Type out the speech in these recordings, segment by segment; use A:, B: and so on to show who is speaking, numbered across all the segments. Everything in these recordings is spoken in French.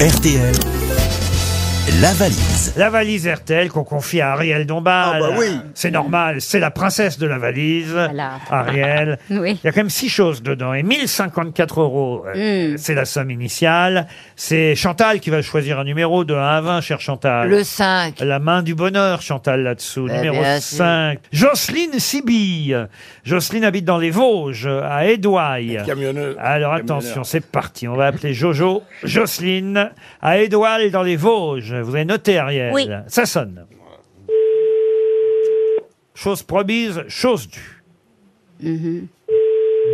A: RTL, la valise.
B: La valise RTL qu'on confie à Ariel Dombal.
C: Ah bah oui.
B: C'est normal, c'est la princesse de la valise,
D: Voilà.
B: Ariel.
D: Oui.
B: Il y a quand même six choses dedans et 1054 euros, euh,
D: Mm.
B: c'est la somme initiale. C'est Chantal qui va choisir un numéro de 1 à 20, cher Chantal.
D: Le 5.
B: La main du bonheur, Chantal, là-dessous.
D: Eh
B: numéro
D: bien, si.
B: 5. Jocelyne Sibille. Jocelyne habite dans les Vosges, à Édouaille.
C: Camionneuse.
B: Alors attention, c'est parti. On va appeler Jojo, Jocelyne, à Édouaille dans les Vosges. Vous avez noté, Ariel
D: Oui.
B: Ça sonne. Chose promise, chose due.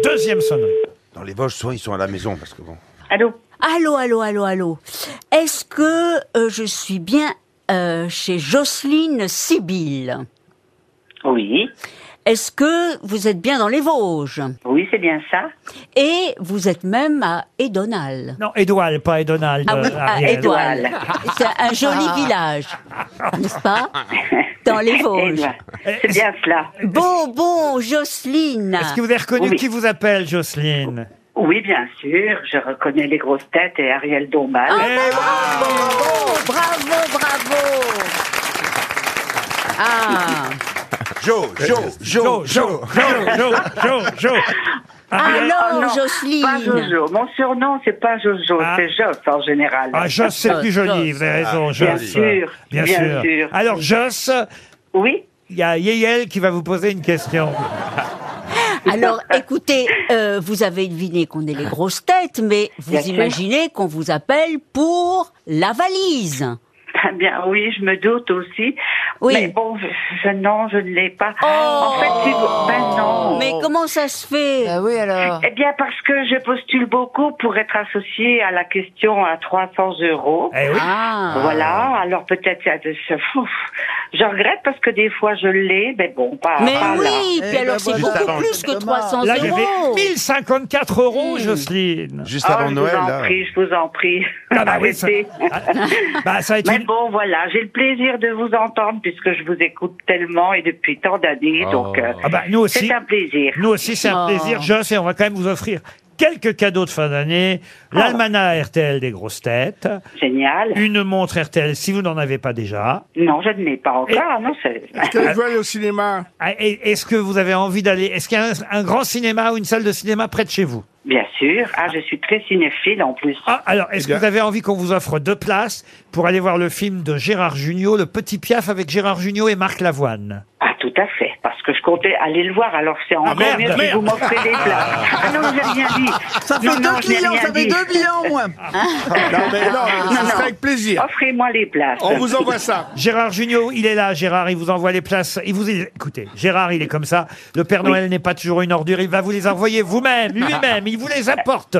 B: Deuxième sonnerie.
E: Dans les Vosges, soit ils sont à la maison, parce que bon.
F: Allô
G: Allô, allô, allô, allô. Est-ce que euh, je suis bien euh, chez Jocelyne Sibylle
F: Oui.
G: Est-ce que vous êtes bien dans les Vosges
F: Oui, c'est bien ça.
G: Et vous êtes même à Edonal.
B: Non, Édouaille, pas Édonald.
G: Ah oui,
B: euh,
G: à
B: Ariel.
G: Édoual. C'est un joli village, n'est-ce pas Dans les
F: Eh
G: Vosges.
F: bien, c'est bien cela.
G: Bon, bon, Jocelyne.
B: Est-ce que vous avez reconnu
F: Oui.
B: qui vous appelle, Jocelyne
F: Oui, bien sûr, je reconnais les grosses têtes et Ariel Dombal.
G: Oh,
B: Eh ouais.
G: Bravo, Oh, bravo, bravo. Ah,
E: Jo, Jo,
B: Jo,
E: Jo,
B: Jo, Jo, Jo, Jo. Ariel-
G: alors,
F: Oh, non, Pas
G: Jocelyne.
F: Jojo. Mon surnom, c'est pas Jojo,
B: Ah.
F: c'est Joss en général.
B: Ah, Joss, c'est plus joli, vous avez raison, Joss.
F: Ah, bien sûr,
B: Bien
F: bien
B: sûr.
F: sûr.
B: Alors, Joss,
F: Oui
B: il y a Yeyel qui va vous poser une question.
G: Alors, écoutez, euh, vous avez deviné qu'on est les grosses têtes, mais vous
F: Bien sûr.
G: imaginez qu'on vous appelle pour la valise.
F: Eh Bien, oui, je me doute aussi.
G: Oui. Oh.
F: Mais bon, je, je- non, je ne l'ai pas. en fait, si vous... Ben non.
G: Mais comment ça se fait
D: Bah oui, alors.
F: Eh bien, parce que je postule beaucoup pour être associée à la question à 300 euros.
B: Eh oui.
G: Ah,
F: Voilà, alors peut-être ça te- ça- ouf. je regrette parce que des fois je l'ai, mais bon, pas,
G: Mais
F: pas là.
G: oui,
C: Eh
G: puis
C: ben
G: alors c'est
C: voilà.
E: Juste
G: beaucoup
E: avant,
G: plus que
C: justement.
G: 300
B: Là, j'avais
G: euros.
B: 1054 euros, Jocelyne.
E: Juste
F: Oh,
E: avant
F: Hmm. je
E: Noël,
F: vous en
E: là.
F: prie, je vous en prie.
B: Ah bah oui, ça,
F: Arrêtez.
B: Ah, bah, ça va être
F: Mais
B: une...
F: bon, voilà, j'ai le plaisir de vous entendre puisque je vous écoute tellement et depuis tant d'années, donc euh,
B: Ah bah, nous aussi,
F: c'est un plaisir.
B: nous aussi c'est un
G: Oh.
B: plaisir, Joss, et on va quand même vous offrir quelques cadeaux de fin d'année.
F: Oh.
B: L'almanach RTL des grosses têtes,
F: Génial.
B: une montre RTL si vous n'en avez pas déjà.
F: Non, je ne l'ai pas encore, non, c'est...
C: Est-ce que je veux aller au cinéma
B: Ah, et- Est-ce que vous avez envie d'aller Est-ce qu'il y a un, un grand cinéma ou une salle de cinéma près de chez vous
F: Bien sûr, ah, je suis très cinéphile en plus.
B: Ah, alors, est-ce que
C: bien.
B: vous avez envie qu'on vous offre deux places pour aller voir le film de Gérard Jugnot, Le Petit Piaf avec Gérard Jugnot et Marc Lavoine
F: Ah, tout à fait, parce que je comptais aller le voir, alors c'est encore
B: merde,
F: mieux si
B: merde.
F: vous m'offrez des places. Ah non, j'ai rien dit.
C: Ça fait
F: Non, non,
C: deux
F: j'ai
C: clients,
F: rien
C: ça fait
F: dit.
C: deux clients en moins. non, mais non, mais
F: Non,
C: ce
F: non.
C: serait avec plaisir.
F: Offrez-moi les places.
C: On vous envoie ça.
B: Gérard Jugnot, il est là, Gérard, il vous envoie les places. Il vous Écoutez, Gérard, il est comme ça. Le Père Noël n'est pas toujours une ordure, il va vous les envoyer vous-même, lui-même, il vous les apporte.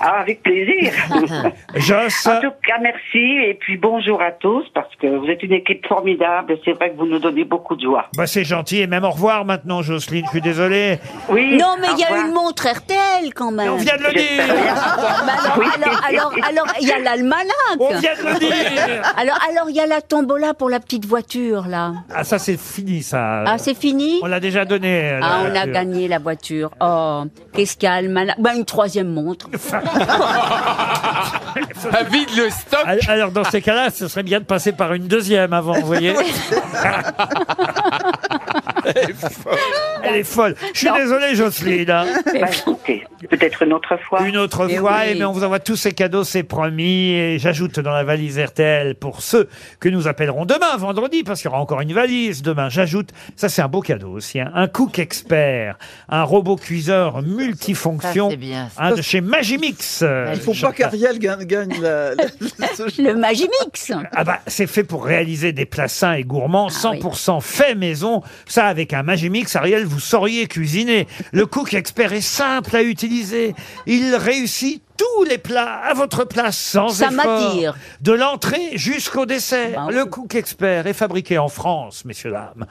F: Ah, avec plaisir.
B: Joss,
F: en tout cas, merci et puis bonjour à tous parce que vous êtes une équipe formidable et c'est vrai que vous nous donnez beaucoup de joie.
B: bah c'est gentil, et même au revoir maintenant, Jocelyne, je suis désolé.
F: Oui.
G: Non, mais
F: au
G: il y a
F: revoir.
G: une montre RTL quand même.
B: On vient de le
F: J'espère
B: dire
F: bien.
G: Bah alors, alors, alors, alors, il y a l'almanach.
B: On vient de le dire
G: Alors, alors, il y a la tombola pour la petite voiture, là.
B: Ah ça c'est fini ça.
G: Ah, c'est fini
B: on l'a déjà donné. euh,
G: Ah,
B: la
G: on a
B: voiture.
G: gagné la voiture. Oh, qu'est-ce qu'il y a, Almanach Bah, une troisième montre.
H: Vide le stock.
B: euh, Al- Alors dans ces cas-là, ce serait bien de passer par une deuxième avant, vous voyez. Elle est folle. Je suis désolé, Jocelyne. hein.
F: Bah, écoutez, peut-être une autre fois.
B: Une autre
G: Mais
B: fois,
G: oui.
B: et mais on vous envoie tous ces cadeaux, c'est promis. Et j'ajoute dans la valise RTL pour ceux que nous appellerons demain, vendredi, parce qu'il y aura encore une valise demain. J'ajoute, ça c'est un beau cadeau aussi, hein, un cook expert, un robot cuiseur multifonction,
D: Ça, c'est bien, ça.
B: un de chez Magimix. euh,
C: Il faut pas qu'Ariel gagne, gagne la, la- ce jeu.
G: Le Magimix.
B: Ah bah, c'est fait pour réaliser des plats sains et
G: Ah
B: gourmands, 100% fait maison. Ça, avec un Magimix, Ariel, vous sauriez cuisiner. Le cook expert est simple à utiliser. Il réussit tous les plats à votre place sans
G: Ça
B: effort.
G: m'attire.
B: De l'entrée jusqu'au dessert.
G: Bah oui.
B: Le cook expert est fabriqué en France, messieurs, dames.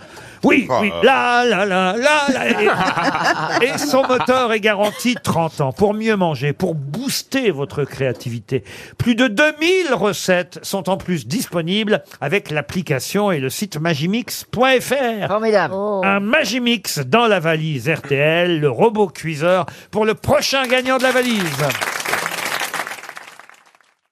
B: Oui, oui,
E: euh.
B: là, là, là, là, là. Et, et son moteur est garanti 30 ans pour mieux manger, pour booster votre créativité. Plus de 2000 recettes sont en plus disponibles avec l'application et le site magimix.fr.
D: Formidable.
B: Un Magimix dans la valise RTL, le robot cuiseur pour le prochain gagnant de la valise.